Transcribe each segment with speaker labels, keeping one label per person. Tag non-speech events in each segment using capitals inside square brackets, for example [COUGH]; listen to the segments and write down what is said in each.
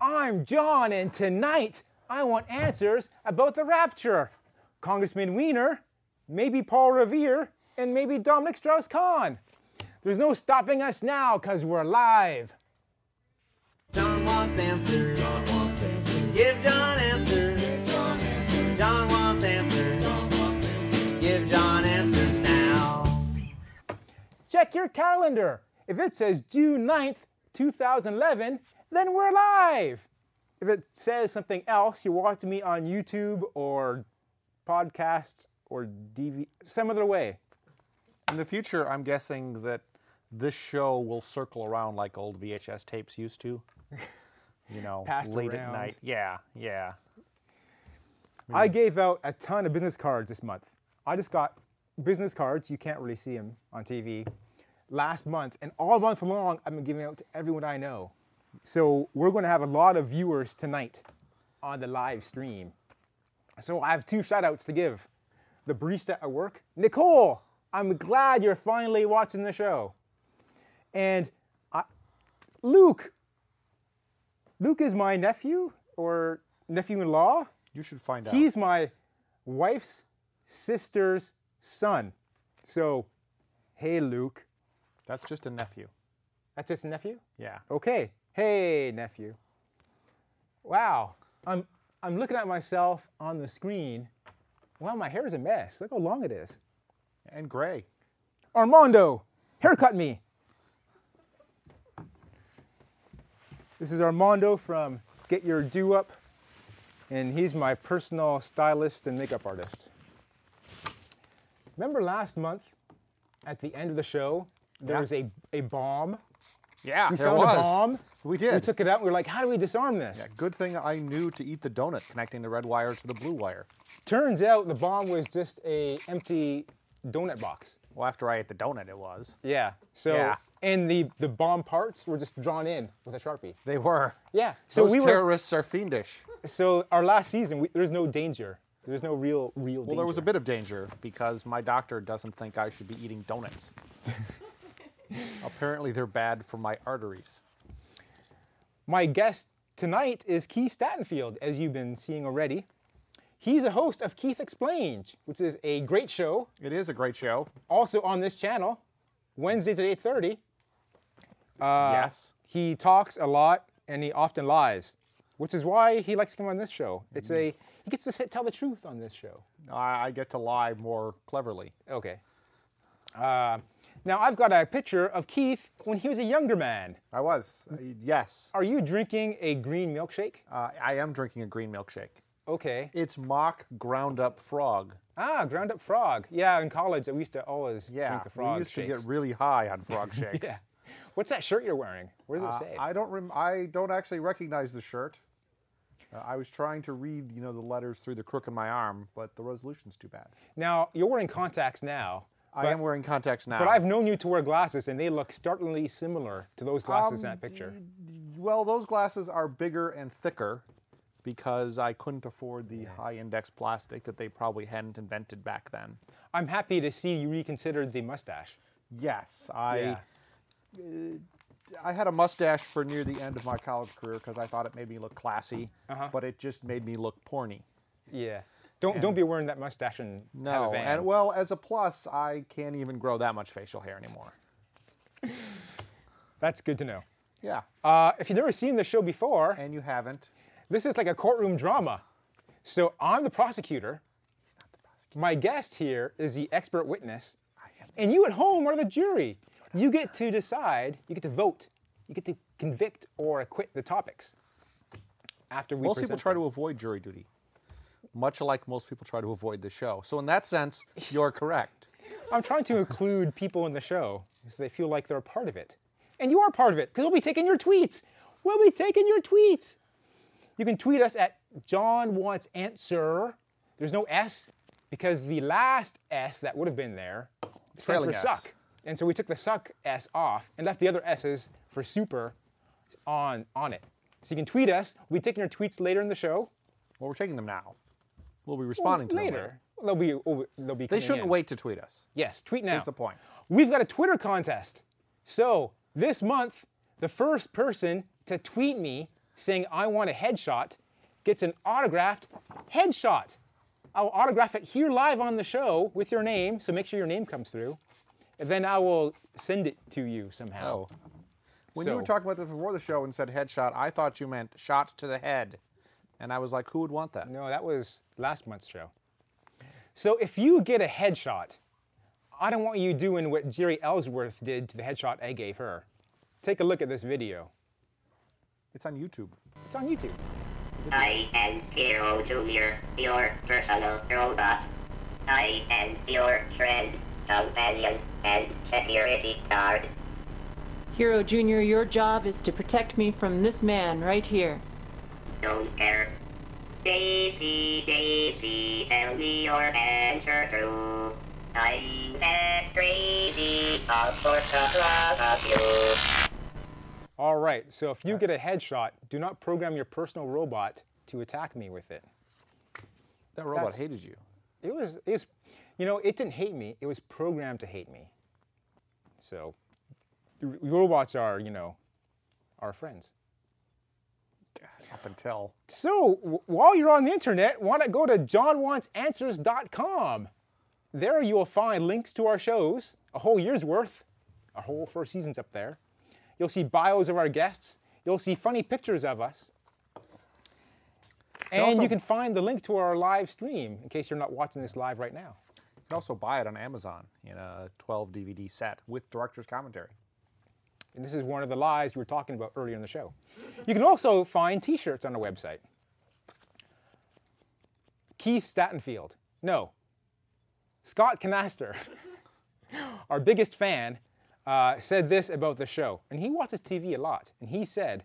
Speaker 1: I'm John, and tonight I want answers about the rapture. Congressman Weiner, maybe Paul Revere, and maybe Dominic Strauss Kahn. There's no stopping us now because we're live.
Speaker 2: John wants answers. John wants answers. Give John answers. Give John answers. John wants answers. John wants answers. Give John answers now.
Speaker 1: Check your calendar. If it says June 9th, 2011, then we're live. If it says something else, you're watching me on YouTube or podcast or DV, some other way.
Speaker 3: In the future, I'm guessing that this show will circle around like old VHS tapes used to. You know,
Speaker 1: [LAUGHS] Passed
Speaker 3: late
Speaker 1: around.
Speaker 3: at night. Yeah, yeah.
Speaker 1: I gave out a ton of business cards this month. I just got business cards. You can't really see them on TV. Last month and all month long, I've been giving out to everyone I know. So we're going to have a lot of viewers tonight on the live stream. So I have two shout outs to give. The barista at work, Nicole, I'm glad you're finally watching the show. And I, Luke, Luke is my nephew or nephew in law.
Speaker 3: You should find out.
Speaker 1: He's my wife's sister's son. So, hey, Luke.
Speaker 3: That's just a nephew.
Speaker 1: That's his nephew?
Speaker 3: Yeah.
Speaker 1: Okay. Hey, nephew. Wow. I'm, I'm looking at myself on the screen. Wow, my hair is a mess. Look how long it is.
Speaker 3: And Gray.
Speaker 1: Armando, haircut me. This is Armando from Get Your Do Up, and he's my personal stylist and makeup artist. Remember last month at the end of the show, there
Speaker 3: Yeah.
Speaker 1: was a, a bomb?
Speaker 3: Yeah,
Speaker 1: We
Speaker 3: there
Speaker 1: found
Speaker 3: was.
Speaker 1: a bomb.
Speaker 3: We did.
Speaker 1: We took it out and we were like, how do we disarm this?
Speaker 3: Good thing I knew to eat the donut connecting the red wire to the blue wire.
Speaker 1: Turns out the bomb was just a empty donut box.
Speaker 3: Well, after I ate the donut, it was.
Speaker 1: Yeah. So
Speaker 3: Yeah.
Speaker 1: and the the bomb parts were just drawn in with a sharpie.
Speaker 3: They were.
Speaker 1: Yeah. So
Speaker 3: Those
Speaker 1: we were.
Speaker 3: terrorists are fiendish.
Speaker 1: So our last season, we, there's no danger. There's no real real.
Speaker 3: Well, there was a bit of danger because my doctor doesn't think I should be eating [LAUGHS] donuts. Apparently, they're bad for my arteries.
Speaker 1: My guest tonight is Keith Statenfield, as you've been seeing already. He's a host of Keith Explains, which is a great show,
Speaker 3: It is a great show.
Speaker 1: also on this channel, Wednesdays at 8:30. Uh,
Speaker 3: yes.
Speaker 1: He talks a lot and he often lies, which is why he likes to come on this show. It's a he gets to sit, tell the truth on this show.
Speaker 3: I, I get to lie more cleverly.
Speaker 1: Okay. Uh, now I've got a picture of Keith when he was a younger man.
Speaker 3: I was. uh, yes.
Speaker 1: Are you drinking a green milkshake?
Speaker 3: Uh, I am drinking a green milkshake.
Speaker 1: Okay.
Speaker 3: It's mock ground up frog.
Speaker 1: Ah, ground up frog. Yeah, in college we used to always
Speaker 3: Yeah.
Speaker 1: drink the frog
Speaker 3: we used to
Speaker 1: shakes.
Speaker 3: get really high on frog
Speaker 1: [LAUGHS]
Speaker 3: shakes.
Speaker 1: yeah. What's that shirt you're wearing? What does
Speaker 3: Uh,
Speaker 1: it say?
Speaker 3: I don't. Rem- I don't actually recognize the shirt. Uh, I was trying to read, you know, the letters through the crook in my arm, but the resolution's too bad.
Speaker 1: now you're wearing contacts now,
Speaker 3: I am wearing contacts now.
Speaker 1: but I've known you to wear glasses, and they look startlingly similar to those glasses
Speaker 3: Um,
Speaker 1: in that picture.
Speaker 3: Well, those glasses are bigger and thicker because I couldn't afford the high index plastic that they probably hadn't invented back then.
Speaker 1: I'm happy to see you reconsidered the mustache.
Speaker 3: Yes, I.
Speaker 1: Yeah.
Speaker 3: I had a mustache for near the end of my college career because I thought it made me look classy,
Speaker 1: Uh-huh.
Speaker 3: but it just made me look porny.
Speaker 1: Yeah. Don't don't be wearing that mustache and have a
Speaker 3: No,
Speaker 1: van.
Speaker 3: and well, as a plus, I can't even grow that much facial hair anymore.
Speaker 1: That's good to know.
Speaker 3: Yeah,
Speaker 1: Uh, if you've never seen the show before,
Speaker 3: and you haven't.
Speaker 1: this is like a courtroom drama. So I'm the prosecutor. My guest here is the expert witness. And you at home are the jury. You get to decide, you get to vote, you get to convict or acquit the topics. After we
Speaker 3: Most people
Speaker 1: present
Speaker 3: try
Speaker 1: them.
Speaker 3: to avoid jury duty, much like most people try to avoid the show. So in that sense, you're correct.
Speaker 1: I'm trying to include people in the show so they feel like they're a part of it. And you are part of it because we'll be taking your tweets. We'll be taking your tweets. You can tweet us at John Wants Answer. There's no S because the last S that would have been there stands
Speaker 3: Trailing
Speaker 1: for
Speaker 3: S.
Speaker 1: suck. And so we took the suck S off and left the other S's for super on, on it. So you can tweet us. We'll be taking your tweets later in the show.
Speaker 3: Well, we're taking them now. We'll be responding to them later.
Speaker 1: later. They'll be, oh, they'll be
Speaker 3: They
Speaker 1: coming
Speaker 3: shouldn't
Speaker 1: in.
Speaker 3: wait to tweet us.
Speaker 1: Yes, tweet now.
Speaker 3: Here's the point.
Speaker 1: We've got a Twitter contest. So this month, the first person to tweet me saying, I want a headshot, gets an autographed headshot. I will autograph it here live on the show with your name, so make sure your name comes through. And then I will send it to you somehow.
Speaker 3: Oh. When you were
Speaker 1: So-
Speaker 3: talking about this before the show and said headshot, I thought you meant shot to the head. And I was like, who would want that?
Speaker 1: No, that was last month's show. So if you get a headshot, I don't want you doing what Jerry Ellsworth did to the headshot I gave her. Take a look at this video.
Speaker 3: It's on YouTube.
Speaker 1: It's on YouTube.
Speaker 4: I am Hero Jr., E your personal robot. I am your friend, E companion, and security guard.
Speaker 5: Hero Jr., your job is to protect me from this man right here.
Speaker 4: Don't care. Daisy, Daisy, tell me your answer true. I'm half crazy, all for the love of you.
Speaker 1: All right, so if you get a headshot, do not program your personal robot to attack me with it.
Speaker 3: That robot
Speaker 1: That's-
Speaker 3: hated you.
Speaker 1: It was, it was, you know, it didn't hate me. It was programmed to hate me. So, r- robots are, you know, our friends.
Speaker 3: Up until.
Speaker 1: So, w- while you're on the internet, why not go to johnwantsanswers.com? There you will find links to our shows, a whole year's worth, our whole first season's up there. You'll see bios of our guests, you'll see funny pictures of us. And
Speaker 3: also-
Speaker 1: you can find the link to our live stream in case you're not watching this live right now.
Speaker 3: You can also buy it on Amazon in a 12 DVD set with director's commentary.
Speaker 1: And this is one of the lies we were talking about earlier in the show. You can also find t shirts on our website. Keith Statenfield. No. Scott Canaster, [LAUGHS] our biggest fan, uh, said this about the show. And he watches TV a lot. And he said,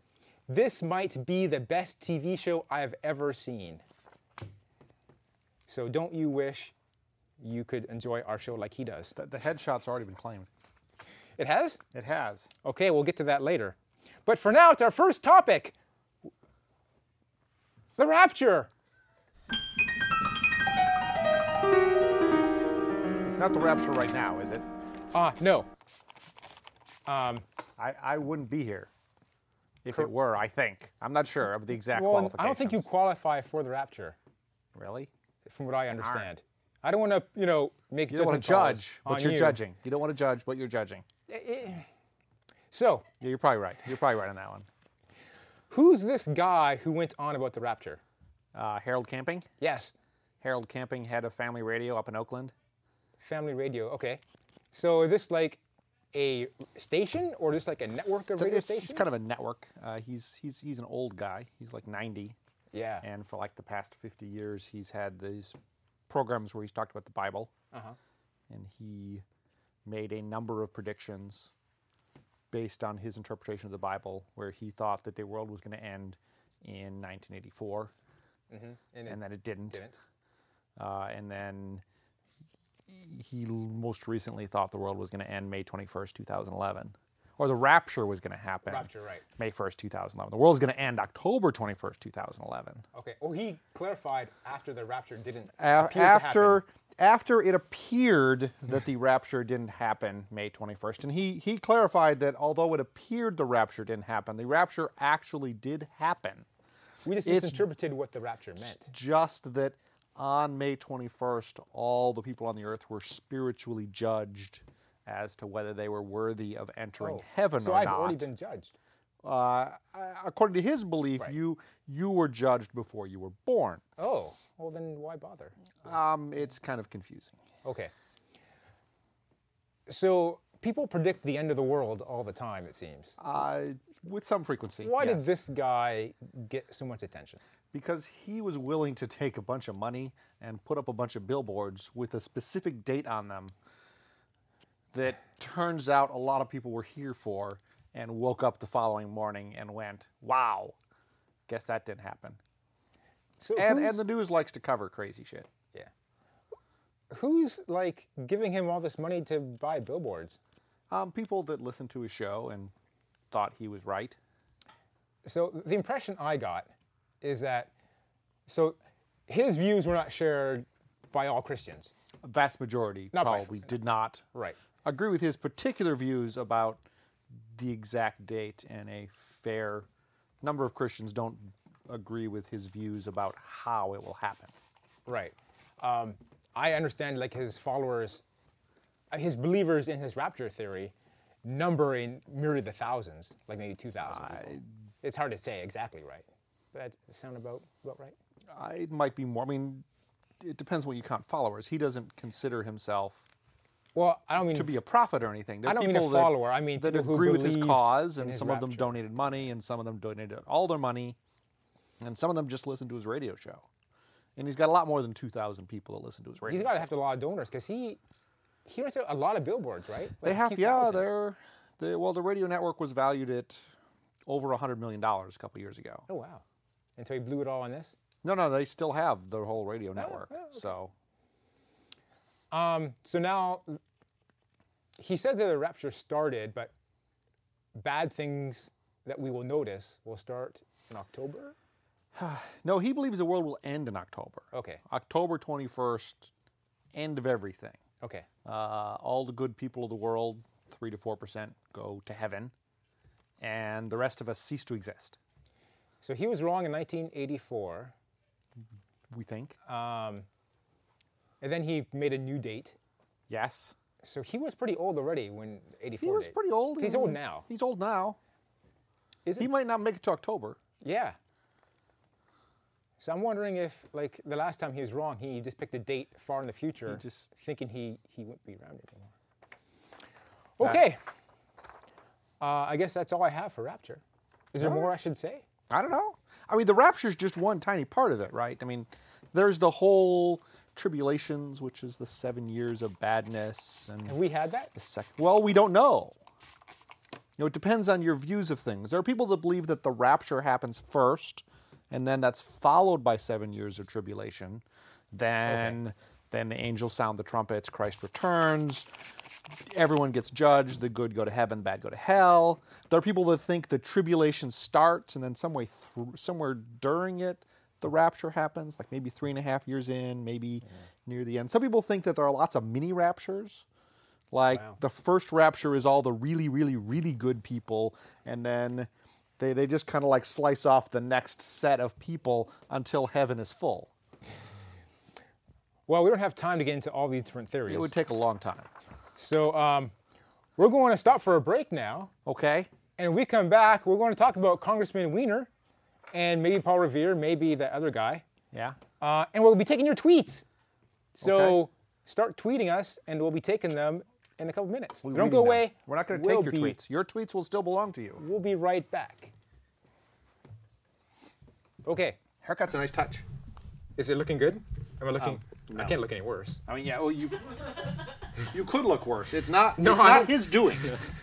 Speaker 1: This might be the best TV show I've ever seen. So don't you wish you could enjoy our show like he does?
Speaker 3: The, the headshot's already been claimed.
Speaker 1: It has?
Speaker 3: It has. Oh,
Speaker 1: Okay, we'll get to that later. But for now, it's our first topic the rapture.
Speaker 3: It's not the rapture right now, is it?
Speaker 1: Ah, no. Um,
Speaker 3: I, I wouldn't be here if it were, I think. I'm not sure of the exact
Speaker 1: well,
Speaker 3: qualifications.
Speaker 1: I don't think you qualify for the rapture,
Speaker 3: Really?
Speaker 1: from what I understand. I don't want to, you know, make
Speaker 3: You don't want to
Speaker 1: judgment calls
Speaker 3: judge, but
Speaker 1: on
Speaker 3: you're
Speaker 1: you. Eh,
Speaker 3: judging. You don't want to judge, but you're judging.
Speaker 1: So,
Speaker 3: Yeah, you're probably right. You're probably right on that one.
Speaker 1: who's this guy who went on about the rapture?
Speaker 3: Uh, Harold Camping.
Speaker 1: Yes,
Speaker 3: Harold Camping, head of family radio up in Oakland.
Speaker 1: Family Radio. Okay, so is this like a station or just like a network of radio
Speaker 3: It's,
Speaker 1: stations?
Speaker 3: it's kind of a network. Uh, he's he's he's an old guy. He's like 90,
Speaker 1: yeah.
Speaker 3: and for like the past 50 years, he's had these programs where he's talked about the Bible,
Speaker 1: Uh-huh.
Speaker 3: and he made a number of predictions based on his interpretation of the Bible, where he thought that the world was going to end in 1984,
Speaker 1: And
Speaker 3: and
Speaker 1: it
Speaker 3: then it didn't.
Speaker 1: didn't.
Speaker 3: Uh, and then he l- most recently thought the world was going to end May 21st, 2011. Or the rapture was going to happen.
Speaker 1: Rapture, right.
Speaker 3: May 1st, 2011. The world's going to end October 21st, 2011.
Speaker 1: Okay. Well, he clarified after the rapture didn't
Speaker 3: A-
Speaker 1: appear to happen.
Speaker 3: after after it appeared that the rapture didn't happen May 21st and he he clarified that although it appeared the rapture didn't happen, the rapture actually did happen.
Speaker 1: we just
Speaker 3: it's-
Speaker 1: misinterpreted what the rapture meant.
Speaker 3: just that on May 21st, all the people on the earth were spiritually judged as to whether they were worthy of entering heaven
Speaker 1: Oh, so
Speaker 3: or
Speaker 1: I've
Speaker 3: not.
Speaker 1: already been judged.
Speaker 3: uh, according to his belief, you you were judged before you were born.
Speaker 1: Oh, well then why bother?
Speaker 3: Um, it's kind of confusing.
Speaker 1: Okay. So people predict the end of the world all the time. It seems.
Speaker 3: Uh, with some frequency.
Speaker 1: Why did
Speaker 3: yes.
Speaker 1: this guy get so much attention?
Speaker 3: Because he was willing to take a bunch of money and put up a bunch of billboards with a specific date on them that turns out a lot of people were here for and woke up the following morning and went, wow, guess that didn't happen.
Speaker 1: So
Speaker 3: And,
Speaker 1: who's,
Speaker 3: and the news likes to cover crazy shit.
Speaker 1: yeah. Who's like giving him all this money to buy billboards?
Speaker 3: Um, people that listened to his show and thought he was right.
Speaker 1: so the impression I got is that so his views were not shared by all Christians.
Speaker 3: A vast majority
Speaker 1: Not by-
Speaker 3: probably did not
Speaker 1: Right.
Speaker 3: agree with his particular views about the exact date and a fair number of Christians don't agree with his views about how it will happen.
Speaker 1: Right. Um, I understand like his followers, uh, his believers in his rapture theory, numbering merely the thousands, like maybe two thousand. It's hard to say exactly right. That sound about about right?
Speaker 3: I- Uh, It might be more. I mean, it depends what you count followers. He doesn't consider himself
Speaker 1: Well, I don't mean
Speaker 3: to be a prophet or anything. There are
Speaker 1: I don't mean a
Speaker 3: people that-
Speaker 1: follower, I mean
Speaker 3: that
Speaker 1: people who
Speaker 3: agree with his
Speaker 1: believed
Speaker 3: cause,
Speaker 1: in
Speaker 3: and
Speaker 1: his
Speaker 3: some of them
Speaker 1: rapture.
Speaker 3: donated money, and some of them donated all their money, and some of them just listened to his radio show. And he's got a lot more than two thousand people that listen to his radio.
Speaker 1: He's got
Speaker 3: show.
Speaker 1: to have to a lot of donors because he he runs a lot of billboards, right?
Speaker 3: They
Speaker 1: Like
Speaker 3: have, yeah.
Speaker 1: 2,000.
Speaker 3: They're, they well, the radio network was valued at over a hundred million dollars a couple years ago.
Speaker 1: Oh wow! And so he blew it all on this.
Speaker 3: No, no, they still have their whole radio network.
Speaker 1: oh, okay.
Speaker 3: So
Speaker 1: So now he said that the rapture started, but bad things that we will notice will start in October.
Speaker 3: no, he believes the world will end in October.
Speaker 1: Okay.
Speaker 3: October twenty first, end of everything.
Speaker 1: Okay.
Speaker 3: Uh, all the good people of the world, three to four percent, go to heaven, and the rest of us cease to exist.
Speaker 1: So he was wrong in 1984,
Speaker 3: We think.
Speaker 1: and then he made a new date.
Speaker 3: yes.
Speaker 1: So he was pretty old already when 84.
Speaker 3: He was
Speaker 1: date.
Speaker 3: pretty old.
Speaker 1: He's
Speaker 3: He-
Speaker 1: old now.
Speaker 3: He's old now.
Speaker 1: Is
Speaker 3: He
Speaker 1: he?
Speaker 3: might not make it to October.
Speaker 1: Yeah. So I'm wondering if, like, the last time he was wrong, he just picked a date far in the future,
Speaker 3: just-
Speaker 1: thinking he he wouldn't be around anymore. Okay. Uh, I guess that's all I have for Rapture. Is there more I should say?
Speaker 3: I don't know. I mean, the rapture is just one tiny part of it, right? I mean, there's the whole tribulations, which is the seven years of badness,
Speaker 1: Have
Speaker 3: and
Speaker 1: we had that?
Speaker 3: the sec- well, we don't know. You know, it depends on your views of things. There are people that believe that the rapture happens first, and then that's followed by seven years of tribulation. Then, then the angels sound the trumpets. Christ returns. Everyone gets judged. The good go to heaven. Bad go to hell. There are people that think the tribulation starts, and then some way through, somewhere during it, the rapture happens. Like maybe three and a half years in, maybe near the end. Some people think that there are lots of mini raptures. Like the first rapture is all the really, really, really good people, and then they, they just kind of like slice off the next set of people until heaven is full.
Speaker 1: Well, we don't have time to get into all these different theories.
Speaker 3: It would take a long time.
Speaker 1: so um, we're going to stop for a break now.
Speaker 3: Okay?
Speaker 1: And we come back, we're going to talk about Congressman Weiner and maybe Paul Revere, maybe the other guy.
Speaker 3: Yeah.
Speaker 1: Uh, and we'll be taking your tweets. So
Speaker 3: Okay.
Speaker 1: start tweeting us, and we'll be taking them in a couple minutes.
Speaker 3: We're
Speaker 1: Don't
Speaker 3: reading
Speaker 1: go
Speaker 3: them.
Speaker 1: away.
Speaker 3: We're not going to
Speaker 1: We'll
Speaker 3: take your
Speaker 1: be-
Speaker 3: tweets. Your tweets will still belong to you.
Speaker 1: We'll be right back. Okay. Haircut's a nice touch. Is it looking good? Am I looking? I can't look any worse.
Speaker 3: I mean, yeah,
Speaker 1: [LAUGHS]
Speaker 3: well, you you could look worse. It's not
Speaker 1: No, it's I not don't-
Speaker 3: his doing.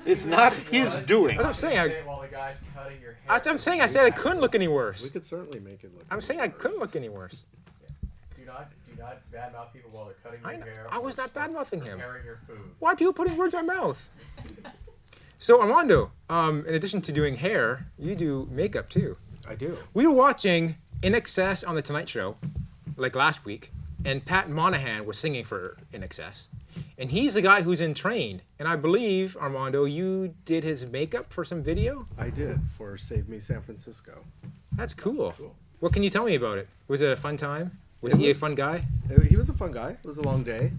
Speaker 3: It's not
Speaker 1: [LAUGHS]
Speaker 3: his doing.
Speaker 1: I'm saying I,
Speaker 6: Say while the guy's cutting your hair.
Speaker 1: I'm saying I said I couldn't look any worse.
Speaker 7: could certainly make it look.
Speaker 1: I'm saying I couldn't look any worse.
Speaker 6: Do not, do not badmouth people while they're cutting
Speaker 1: I,
Speaker 6: your
Speaker 1: know,
Speaker 6: hair.
Speaker 1: I
Speaker 6: or
Speaker 1: was not bad mouthing him.
Speaker 6: Preparing your food.
Speaker 1: Why are people putting words in my mouth? So Armando, um, in addition to doing hair, you do makeup too.
Speaker 7: I do.
Speaker 1: We were watching In Excess on the Tonight Show, like last week, and Pat Monahan was singing for In Excess, and he's the guy who's in Train. And I believe Armando, you did his makeup for some video.
Speaker 7: I did for Save Me San Francisco.
Speaker 1: That's cool. What can you tell me about it? Was it a fun time? Was
Speaker 7: It
Speaker 1: he a
Speaker 7: was-
Speaker 1: fun guy?
Speaker 7: Uh, He was a fun guy. It was a long day.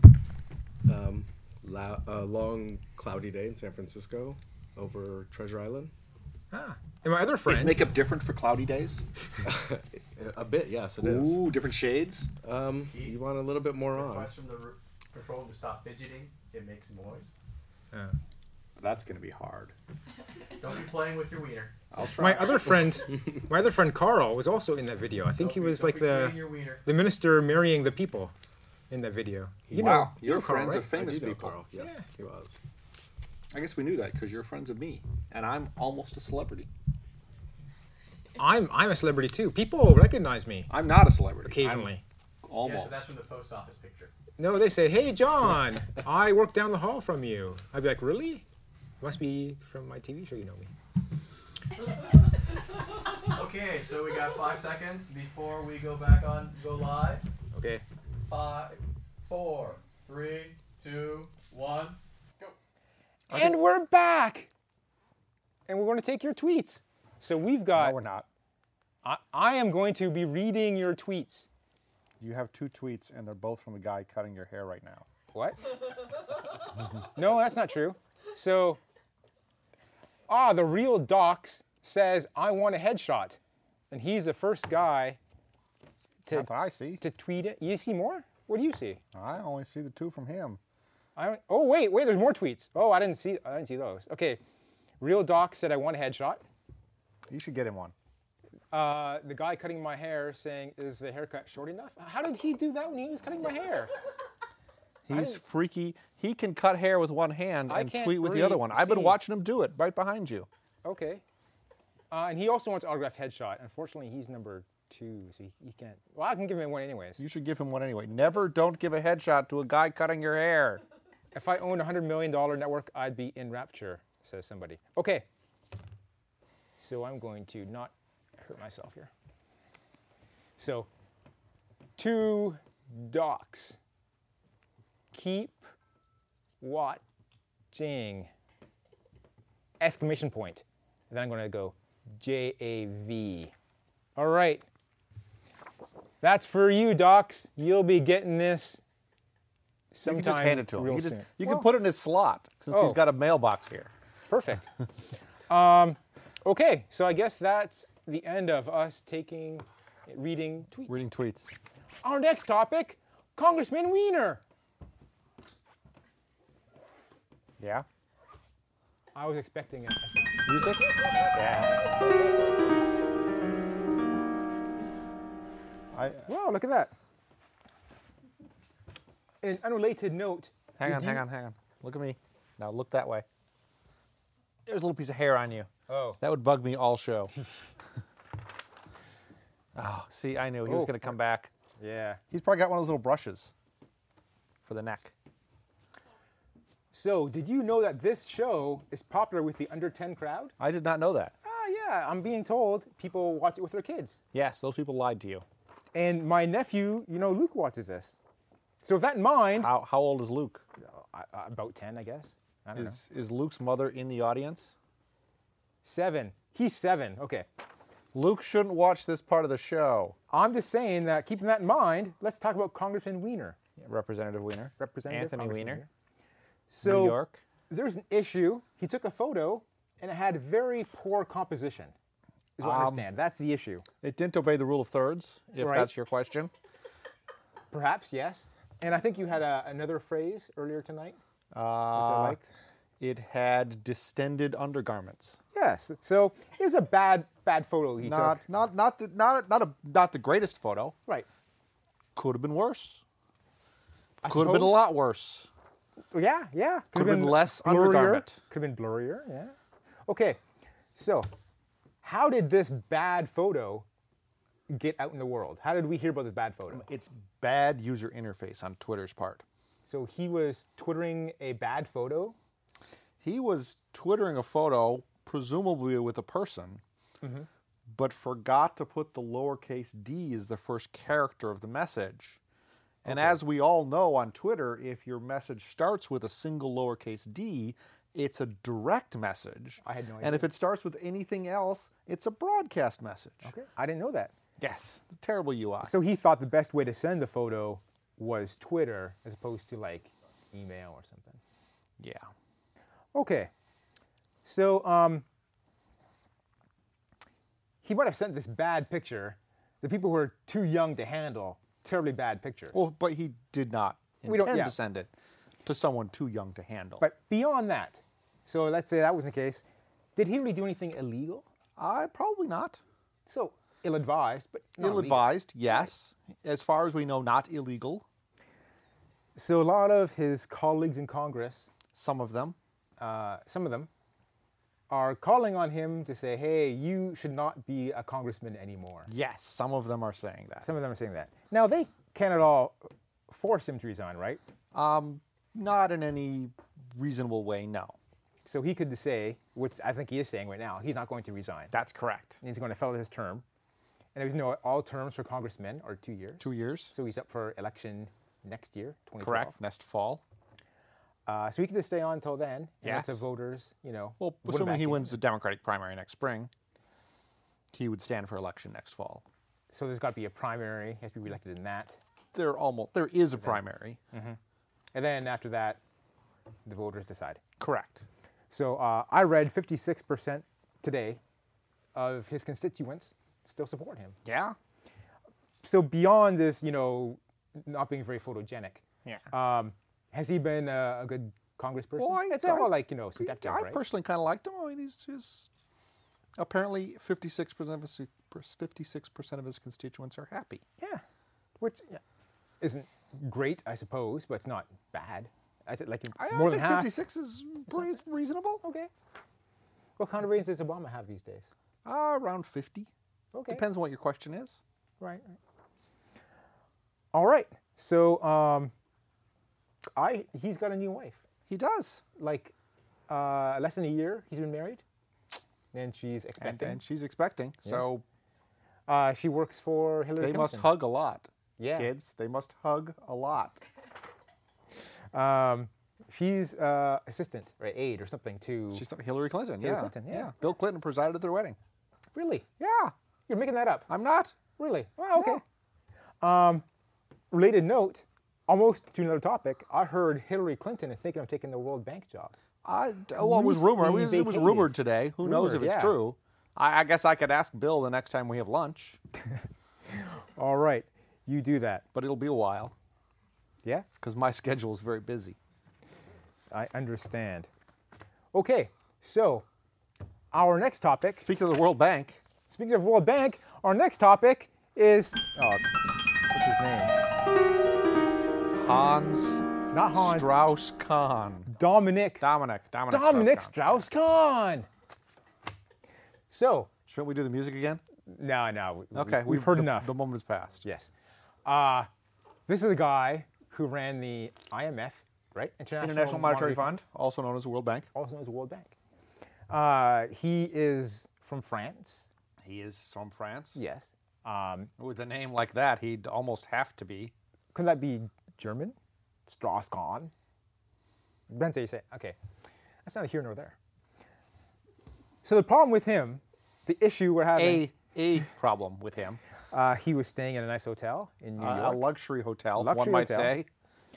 Speaker 7: Um, lo- a long, cloudy day in San Francisco over Treasure Island.
Speaker 1: Ah. And my other friend.
Speaker 3: makeup different for cloudy days?
Speaker 7: A- A bit, yes, it is.
Speaker 3: different shades.
Speaker 7: Um, you want a little bit more on.
Speaker 6: Request from the r- control room to stop fidgeting. It makes noise.
Speaker 1: Ah.
Speaker 3: That's going to be hard.
Speaker 6: Don't be playing with your wiener.
Speaker 1: my other
Speaker 7: [LAUGHS]
Speaker 1: friend, my other friend Carl was also in that video. I
Speaker 7: Oh,
Speaker 1: think
Speaker 6: Don't
Speaker 1: he
Speaker 6: be-
Speaker 1: was
Speaker 6: don't
Speaker 1: like
Speaker 6: be
Speaker 1: the
Speaker 6: cleaning your wiener.
Speaker 1: the minister marrying the people in that video. You
Speaker 3: wow,
Speaker 1: know,
Speaker 3: your
Speaker 1: you know Carl,
Speaker 3: friends
Speaker 1: right?
Speaker 3: are famous
Speaker 7: I do know
Speaker 3: people.
Speaker 7: Carl. Yes,
Speaker 1: Yeah.
Speaker 7: he was.
Speaker 3: I guess we knew that because you're friends of me, and I'm almost a celebrity.
Speaker 1: I'm I'm a celebrity too. People recognize me
Speaker 3: I'm not a celebrity. I'm
Speaker 1: occasionally.
Speaker 3: almost.
Speaker 6: Yes, but that's from the post office picture.
Speaker 1: No, they say, "Hey, John, I work down the hall from you." I'd be like, "Really? Must be from my TV show. You know me."
Speaker 6: Okay, so we got five seconds before we go back on, go live.
Speaker 1: Okay.
Speaker 6: Five, four, three, two, one. Go.
Speaker 1: And we're back, and we're going to take your tweets. So we've got
Speaker 3: no, we're not.
Speaker 1: I, I am going to be reading your tweets.
Speaker 3: You have two tweets, and they're both from a guy cutting your hair right now.
Speaker 1: What? no, that's not true. So, ah, the real Docs says, I want a headshot. And he's the first guy to,
Speaker 3: That's what I see.
Speaker 1: to tweet it. You see more? What do you see?
Speaker 3: I only see the two from him.
Speaker 1: I don't, oh, wait, wait, there's more tweets. Oh, I didn't see, I didn't see those. Okay. Real Doc said, I want a headshot.
Speaker 3: You should get him one.
Speaker 1: Uh, the guy cutting my hair saying, is the haircut short enough? How did he do that when he was cutting my hair?
Speaker 3: He's freaky. He can cut hair with one hand
Speaker 1: I
Speaker 3: and
Speaker 1: can't
Speaker 3: tweet with the other
Speaker 1: breathe.
Speaker 3: one. I've been
Speaker 1: See.
Speaker 3: watching him do it right behind you.
Speaker 1: Okay. Uh, and he also wants autographed headshot. Unfortunately, he's number two, so he, he can't. Well, I can give him one anyways.
Speaker 3: You should give him one anyway. Never don't give a headshot to a guy cutting your hair.
Speaker 1: If I owned a $100 million network, I'd be in rapture, says somebody. Okay. So I'm going to not hurt myself here. So, two docs. Keep watching. Exclamation point. And then I'm going to go J A V. All right. That's for you, docs. You'll be getting this
Speaker 3: You
Speaker 1: sometime.
Speaker 3: can just hand it to him.
Speaker 1: real
Speaker 3: You, just-
Speaker 1: soon.
Speaker 3: you can put it in his slot since he's
Speaker 1: Oh.
Speaker 3: got a mailbox here.
Speaker 1: [LAUGHS] Perfect. um, okay, so I guess that's the end of us taking reading tweets.
Speaker 3: Reading tweets.
Speaker 1: Our next topic, Congressman Weiner.
Speaker 3: Yeah.
Speaker 1: I was expecting it.
Speaker 3: Music. Yeah. I,
Speaker 1: Wow, look at that. An unrelated note.
Speaker 3: hang
Speaker 1: did
Speaker 3: on, hang
Speaker 1: you-
Speaker 3: on, hang on. Look at me. Now look that way. There's a little piece of hair on you.
Speaker 1: Oh.
Speaker 3: That would bug me all show. oh, see, I knew he was
Speaker 1: Oh.
Speaker 3: going to come back.
Speaker 1: Yeah.
Speaker 3: He's probably got one of those little brushes for the neck.
Speaker 1: So, did you know that this show is popular with the under 10 crowd?
Speaker 3: I did not know that.
Speaker 1: Ah, yeah, I'm being told people watch it with their kids.
Speaker 3: Yes, those people lied to you.
Speaker 1: And my nephew, you know, Luke watches this. So, with that in mind,
Speaker 3: How, how old is Luke?
Speaker 1: I- I- uh, about 10, I guess. I don't know.
Speaker 3: Is, is Luke's mother in the audience?
Speaker 1: Seven. He's seven. Okay.
Speaker 3: Luke shouldn't watch this part of the show.
Speaker 1: I'm just saying that, keeping that in mind, let's talk about Congressman Weiner,
Speaker 3: Representative Weiner.
Speaker 1: Representative
Speaker 3: Anthony
Speaker 1: Congressman
Speaker 3: Weiner.
Speaker 1: Weiner. So
Speaker 3: New York.
Speaker 1: there's an issue. He took a photo and it had very poor composition. Is
Speaker 3: Um,
Speaker 1: what I understand. That's the issue.
Speaker 3: It didn't obey the rule of thirds, if
Speaker 1: Right.
Speaker 3: that's your question.
Speaker 1: Perhaps yes. And I think you had a, another phrase earlier tonight, which
Speaker 3: Uh,
Speaker 1: I liked.
Speaker 3: It had distended undergarments.
Speaker 1: Yes. So it was a bad, bad photo he
Speaker 3: Not,
Speaker 1: took.
Speaker 3: not, not, the, not, not, a, not the greatest photo.
Speaker 1: Right.
Speaker 3: Could have been worse.
Speaker 1: I
Speaker 3: Could have been a
Speaker 1: suppose-
Speaker 3: lot worse.
Speaker 1: Yeah, yeah. Could
Speaker 3: Could've been less undergarment.
Speaker 1: Could have been blurrier, yeah. Okay, so how did this bad photo get out in the world? How did we hear about this bad photo?
Speaker 3: It's bad user interface on Twitter's part.
Speaker 1: So he was twittering a bad photo.
Speaker 3: He was twittering a photo, presumably with a person,
Speaker 1: Mm-hmm.
Speaker 3: but forgot to put the lowercase d as the first character of the message. And as we all know on Twitter, if your message starts with a single lowercase d, it's a direct message.
Speaker 1: I had no
Speaker 3: And
Speaker 1: idea.
Speaker 3: if it starts with anything else, it's a broadcast message.
Speaker 1: Okay, I didn't know that.
Speaker 3: Yes, it's a terrible UI.
Speaker 1: So he thought the best way to send the photo was Twitter as opposed to like email or something.
Speaker 3: yeah.
Speaker 1: Okay. So um, he might have sent this bad picture. The people who are too young to handle terribly bad pictures.
Speaker 3: Well, but he did not intend
Speaker 1: We don't- yeah.
Speaker 3: to send it to someone too young to handle.
Speaker 1: But beyond that, so let's say that was the case, did he really do anything illegal?
Speaker 3: I probably not.
Speaker 1: So ill-advised, but not illegal.
Speaker 3: Ill-advised, yes. As far as we know, not illegal.
Speaker 1: So a lot of his colleagues in Congress,
Speaker 3: Some of them.
Speaker 1: uh, some of them, are calling on him to say, "Hey, you should not be a congressman anymore."
Speaker 3: Yes, some of them are saying that.
Speaker 1: Some of them are saying that. Now they can't at all force him to resign, right?
Speaker 3: Um, Not in any reasonable way. No,
Speaker 1: So he could say, which I think he is saying right now, he's not going to resign.
Speaker 3: that's correct.
Speaker 1: He's going to fill out his term. And as you know, all terms for congressmen are two years.
Speaker 3: Two years.
Speaker 1: So he's up for election next year, 2012.
Speaker 3: Correct. Next fall.
Speaker 1: Uh, so he can just stay on until then. And let the
Speaker 3: Yes.
Speaker 1: voters, you know.
Speaker 3: Well,
Speaker 1: vote him
Speaker 3: assuming
Speaker 1: back
Speaker 3: he
Speaker 1: in.
Speaker 3: wins the Democratic primary next spring. he would stand for election next fall.
Speaker 1: So there's got to be a primary. He has to be reelected in that.
Speaker 3: There almost there is a primary.
Speaker 1: And then after that, the voters decide.
Speaker 3: Correct.
Speaker 1: So uh, I read 56% today of his constituents still support him.
Speaker 3: Yeah.
Speaker 1: So beyond this, you know, not being very photogenic,
Speaker 3: Yeah.
Speaker 1: um, has he been a, a good congressperson?
Speaker 3: Well, I-
Speaker 1: it's all
Speaker 3: I-
Speaker 1: like, you know, subjective,
Speaker 3: I
Speaker 1: right?
Speaker 3: personally kind of liked him. I mean, he's just apparently 56 percent of his 56 percent of his constituents are happy.
Speaker 1: yeah. Which isn't great, I suppose, but it's not bad. I said, like,
Speaker 3: I,
Speaker 1: more than
Speaker 3: I think
Speaker 1: half.
Speaker 3: 56 is pretty reasonable.
Speaker 1: Okay. What kind of ratings does Obama have these days?
Speaker 3: Uh, around 50.
Speaker 1: Okay.
Speaker 3: Depends on what your question is.
Speaker 1: Right. right. All right. So, um, I he's got a new wife.
Speaker 3: He does.
Speaker 1: Like, uh, less than a year he's been married, and she's
Speaker 3: And,
Speaker 1: expecting.
Speaker 3: and she's expecting. So
Speaker 1: uh, she works for Hillary.
Speaker 3: they must
Speaker 1: Clinton.
Speaker 3: hug a lot.
Speaker 1: Yeah.
Speaker 3: Kids, they must hug a lot.
Speaker 1: Um, she's uh, assistant or aide or something to.
Speaker 3: She's Hillary Clinton.
Speaker 1: Hillary
Speaker 3: yeah.
Speaker 1: Clinton, yeah.
Speaker 3: Bill Clinton presided at their wedding.
Speaker 1: really?
Speaker 3: Yeah. Oh,
Speaker 1: You're making that up?
Speaker 3: I'm not.
Speaker 1: really? Wow. Okay. Um,
Speaker 3: No.
Speaker 1: Related note, almost to another topic. I heard Hillary Clinton is thinking of taking the World Bank job.
Speaker 3: I, oh, well, it was rumor. It
Speaker 1: Recently
Speaker 3: was, it was
Speaker 1: vacated.
Speaker 3: rumored today. Who knows if
Speaker 1: Rumored,
Speaker 3: it's
Speaker 1: yeah.
Speaker 3: true? I, I guess I could ask Bill the next time we have lunch,
Speaker 1: All right. You do that.
Speaker 3: but it'll be a while
Speaker 1: Yeah.
Speaker 3: because my [LAUGHS] schedule is very busy.
Speaker 1: I understand. Okay, so our next topic,
Speaker 3: Speaking of the World Bank,
Speaker 1: speaking of World Bank, our next topic is. Oh, what's his name?
Speaker 3: Hans,
Speaker 1: Not Hans.
Speaker 3: Strauss Kahn.
Speaker 1: Dominic.
Speaker 3: Dominic. Dominic.
Speaker 1: Dominic
Speaker 3: Strauss-Kahn.
Speaker 1: Strauss Kahn! So,
Speaker 3: Shouldn't we do the music again?
Speaker 1: no, no. we-
Speaker 3: Okay.
Speaker 1: We've, heard
Speaker 3: the-
Speaker 1: enough.
Speaker 3: The moment has passed.
Speaker 1: yes. Uh, this is the guy who ran the IMF, right?
Speaker 3: International Monetary Fund, also known as the World Bank.
Speaker 1: also known as World Bank. Uh, he is from France.
Speaker 3: He is from France.
Speaker 1: Yes. Um,
Speaker 3: With a name like that, he'd almost have to be.
Speaker 1: Could that be German? Strauss-Kahn? Depends how you say it. Okay. That's neither here nor there. So the problem with him, the issue we're having,
Speaker 3: A a problem
Speaker 1: [LAUGHS]
Speaker 3: with him.
Speaker 1: uh, he was staying in a nice hotel in New
Speaker 3: a a
Speaker 1: York.
Speaker 3: luxury hotel, one
Speaker 1: Luxury
Speaker 3: might
Speaker 1: hotel.
Speaker 3: say,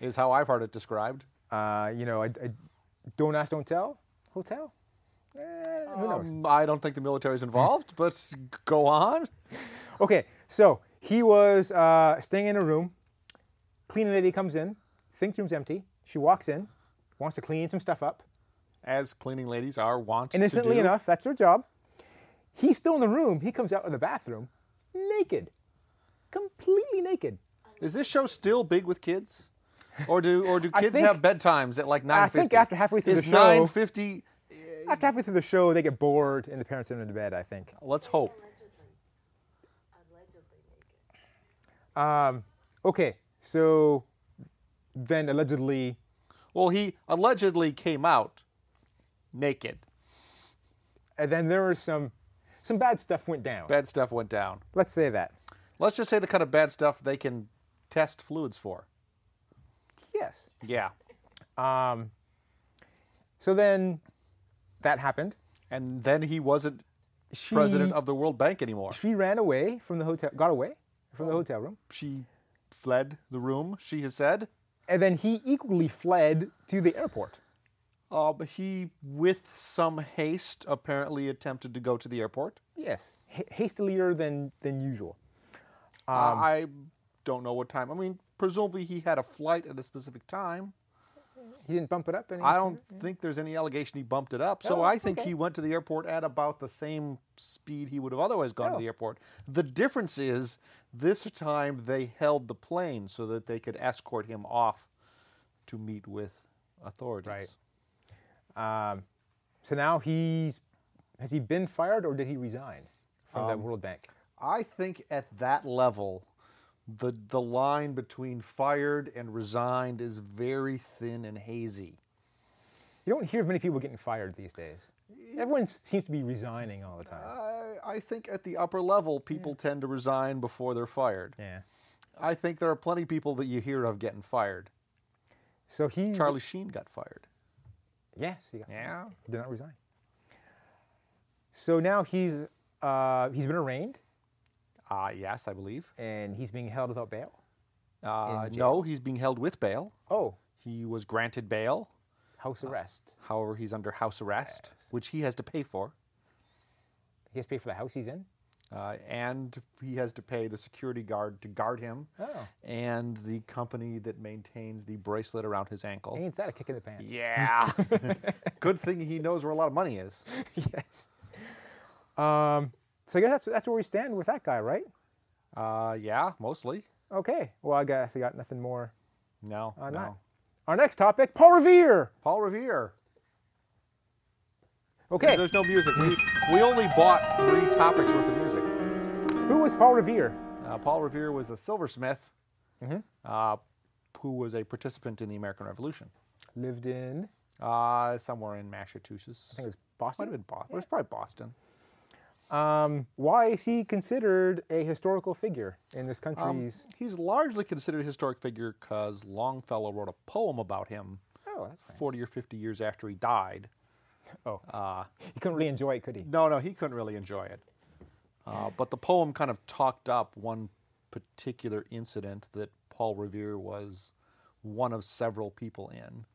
Speaker 3: is how I've heard it described.
Speaker 1: Uh, you know, I, I don't ask, don't tell hotel. Eh, who knows?
Speaker 3: Um, I don't think the military is involved,
Speaker 1: [LAUGHS]
Speaker 3: but s- go on.
Speaker 1: Okay, so he was uh, staying in a room. Cleaning lady comes in, thinks room's empty. She walks in, wants to clean some stuff up.
Speaker 3: As cleaning ladies are wont
Speaker 1: Innocently
Speaker 3: to do.
Speaker 1: enough, that's her job. He's still in the room. He comes out of the bathroom naked, completely naked.
Speaker 3: Is this show still big with kids? Or do or do
Speaker 1: [LAUGHS] I
Speaker 3: kids
Speaker 1: think-
Speaker 3: have bedtimes at like 9:50?
Speaker 1: I think after halfway through
Speaker 3: is
Speaker 1: the show-
Speaker 3: 9:50 Eh.
Speaker 1: After halfway through the show, they get bored and the parents send them to bed, I think.
Speaker 3: Let's hope.
Speaker 1: Okay, so then allegedly,
Speaker 3: Well, he allegedly came out naked.
Speaker 1: and then there was some some bad stuff went down.
Speaker 3: Bad stuff went down.
Speaker 1: Let's say that.
Speaker 3: Let's just say the kind of bad stuff they can test fluids for.
Speaker 1: Yes.
Speaker 3: Yeah.
Speaker 1: So then that happened.
Speaker 3: And then he wasn't
Speaker 1: She,
Speaker 3: president of the World Bank anymore.
Speaker 1: She ran away from the hotel, got away from the
Speaker 3: Oh.
Speaker 1: hotel room.
Speaker 3: She fled the room, she has said.
Speaker 1: And then he equally fled to the airport.
Speaker 3: Uh, but he, with some haste, apparently attempted to go to the airport.
Speaker 1: Yes, ha- hastilier than, than usual.
Speaker 3: Uh, I don't know what time. I mean, presumably he had a flight at a specific time.
Speaker 1: He didn't bump it up. Any
Speaker 3: I don't think there's any allegation he bumped it up. So
Speaker 1: Oh,
Speaker 3: I think
Speaker 1: okay.
Speaker 3: he went to the airport at about the same speed he would have otherwise gone to
Speaker 1: Oh.
Speaker 3: the airport. The difference is this time they held the plane so that they could escort him off to meet with authorities.
Speaker 1: Right. So now he's has he been fired or did he resign from
Speaker 3: Um,
Speaker 1: that World Bank?
Speaker 3: I think at that level, the the line between fired and resigned is very thin and hazy.
Speaker 1: You don't hear of many people getting fired these days. Everyone seems to be resigning all the time.
Speaker 3: I, I think at the upper level, people tend to resign before they're fired.
Speaker 1: Hmm. yeah.
Speaker 3: I think there are plenty of people that you hear of getting fired.
Speaker 1: So he's
Speaker 3: Charlie Sheen got fired.
Speaker 1: Yes. He got,
Speaker 3: Yeah.
Speaker 1: Did not resign. So now he's Uh, he's been arraigned
Speaker 3: Uh, yes, I believe.
Speaker 1: and he's being held without bail.
Speaker 3: Uh,
Speaker 1: In jail.
Speaker 3: no, he's being held with bail.
Speaker 1: Oh,
Speaker 3: He was granted bail.
Speaker 1: house arrest.
Speaker 3: However, he's under house arrest, which he has to pay for,
Speaker 1: He has to pay for the house he's in.
Speaker 3: uh, and he has to pay the security guard to guard him,
Speaker 1: Oh.
Speaker 3: and the company that maintains the bracelet around his ankle.
Speaker 1: Ain't that a kick in the pants?
Speaker 3: Yeah. Good thing he knows where a lot of money is.
Speaker 1: [LAUGHS] yes. Um, so I guess that's that's where we stand with that guy, right?
Speaker 3: Uh, yeah, mostly.
Speaker 1: Okay. Well, I guess I got nothing more
Speaker 3: No,
Speaker 1: on
Speaker 3: no.
Speaker 1: that. Our next topic: Paul Revere.
Speaker 3: Paul Revere.
Speaker 1: Okay.
Speaker 3: There's no music. We, we only bought three topics worth of music.
Speaker 1: Who was Paul Revere?
Speaker 3: Uh, Paul Revere was a silversmith
Speaker 1: Mm-hmm.
Speaker 3: uh, who was a participant in the American Revolution.
Speaker 1: Lived in.
Speaker 3: Uh, somewhere in Massachusetts. I
Speaker 1: think it was
Speaker 3: Boston. Might have been Boston. It was probably Boston.
Speaker 1: Um, why is he considered a historical figure in this country's?
Speaker 3: Um, he's largely considered a historic figure because Longfellow wrote a poem about him
Speaker 1: oh, that's fine.
Speaker 3: 40 or 50 years after he died.
Speaker 1: Oh. he couldn't really enjoy it, could he?
Speaker 3: No, no, he couldn't really enjoy it. Uh, but the poem kind of talked up one particular incident that Paul Revere was one of several people in.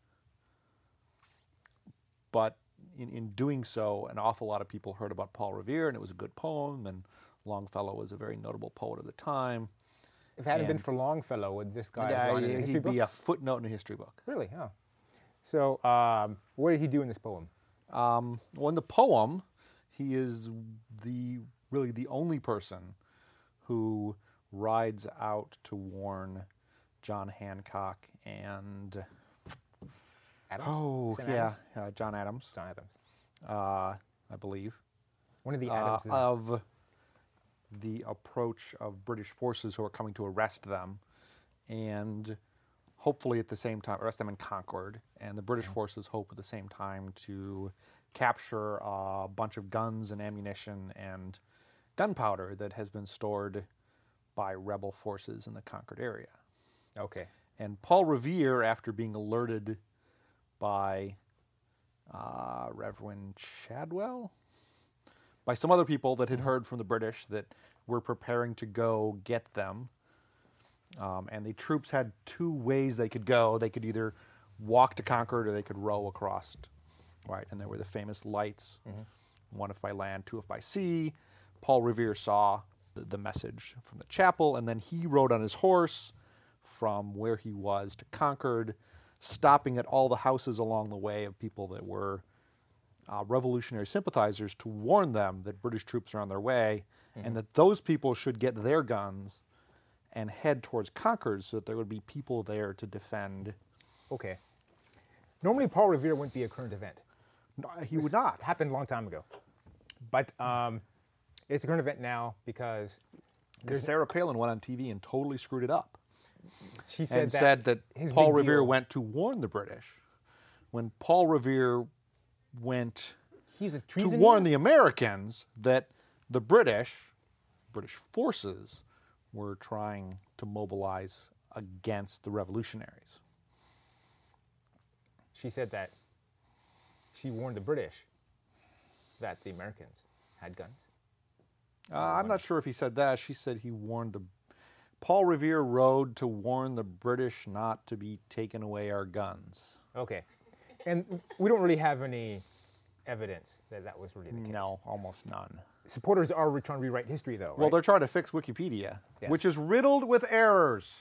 Speaker 3: But in, in doing so, an awful lot of people heard about Paul Revere, and it was a good poem, and Longfellow was a very notable poet of the time.
Speaker 1: If it hadn't been
Speaker 3: And-
Speaker 1: for Longfellow, would this guy
Speaker 3: And,
Speaker 1: have
Speaker 3: uh,
Speaker 1: gone in the
Speaker 3: he'd
Speaker 1: history
Speaker 3: be
Speaker 1: books?
Speaker 3: a footnote in a history book.
Speaker 1: Really? Huh. So, um, what did he do in this poem?
Speaker 3: Well, in the poem, he is the really the only person who rides out to warn John Hancock and
Speaker 1: Adams?
Speaker 3: oh
Speaker 1: Sam
Speaker 3: yeah,
Speaker 1: Adams?
Speaker 3: uh, John Adams,
Speaker 1: John Adams.
Speaker 3: uh, I believe,
Speaker 1: One of the
Speaker 3: uh,
Speaker 1: Adamses.
Speaker 3: of the approach of British forces who are coming to arrest them, and hopefully at the same time arrest them in Concord, and the British forces hope at the same time to capture a bunch of guns and ammunition and gunpowder that has been stored by rebel forces in the Concord area.
Speaker 1: okay.
Speaker 3: And Paul Revere, after being alerted by uh, Reverend Chadwell, by some other people that had heard from the British that were preparing to go get them, um, and the troops had two ways they could go. They could either walk to Concord or they could row across. Right, and there were the famous lights, one if by land, two if by sea. Paul Revere saw the, the message from the chapel, and then he rode on his horse from where he was to Concord, stopping at all the houses along the way of people that were uh, revolutionary sympathizers to warn them that British troops are on their way and that those people should get their guns and head towards Concord so that there would be people there to defend.
Speaker 1: Okay. Normally, Paul Revere wouldn't be a current event.
Speaker 3: No, he would not.
Speaker 1: Happened a long time ago. But um, it's a current event now because
Speaker 3: Because Sarah Palin went on TV and totally screwed it up
Speaker 1: she said
Speaker 3: and
Speaker 1: that
Speaker 3: said that
Speaker 1: his
Speaker 3: Paul
Speaker 1: big
Speaker 3: Revere
Speaker 1: deal-
Speaker 3: went to warn the British. When Paul Revere went
Speaker 1: he's a
Speaker 3: to
Speaker 1: treason
Speaker 3: warn the Americans that the British, British forces, were trying to mobilize against the revolutionaries.
Speaker 1: she said that she warned the British that the Americans had guns.
Speaker 3: Uh, I'm not sure if he said that. She said he warned the. Paul Revere rode to warn the British not to be taken away our guns.
Speaker 1: Okay. And we don't really have any evidence that that was really the case.
Speaker 3: No, almost none.
Speaker 1: Supporters are re- trying to rewrite history, though.
Speaker 3: Well,
Speaker 1: Right?
Speaker 3: they're trying to fix Wikipedia,
Speaker 1: Yes.
Speaker 3: which is riddled with errors.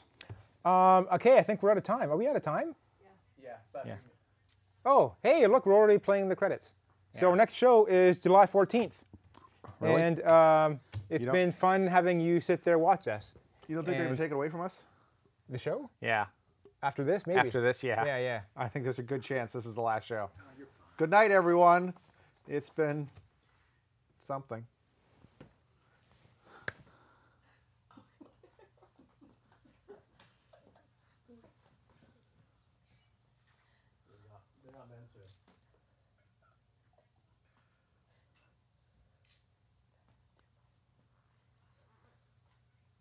Speaker 1: um, okay, I think we're out of time. Are we out of time?
Speaker 6: Yeah. but-
Speaker 3: Yeah.
Speaker 1: Oh, hey, look, we're already playing the credits. So our next show is July 14th.
Speaker 3: Really?
Speaker 1: And um, it's
Speaker 3: don't-
Speaker 1: been fun having you sit there watch us.
Speaker 3: You don't
Speaker 1: think they're gonna And- take
Speaker 3: it away from us?
Speaker 1: The show?
Speaker 3: Yeah.
Speaker 1: After this, maybe.
Speaker 3: After this, yeah.
Speaker 1: Yeah, yeah.
Speaker 3: I think there's a good chance this is the last show. Good night, everyone. It's been something.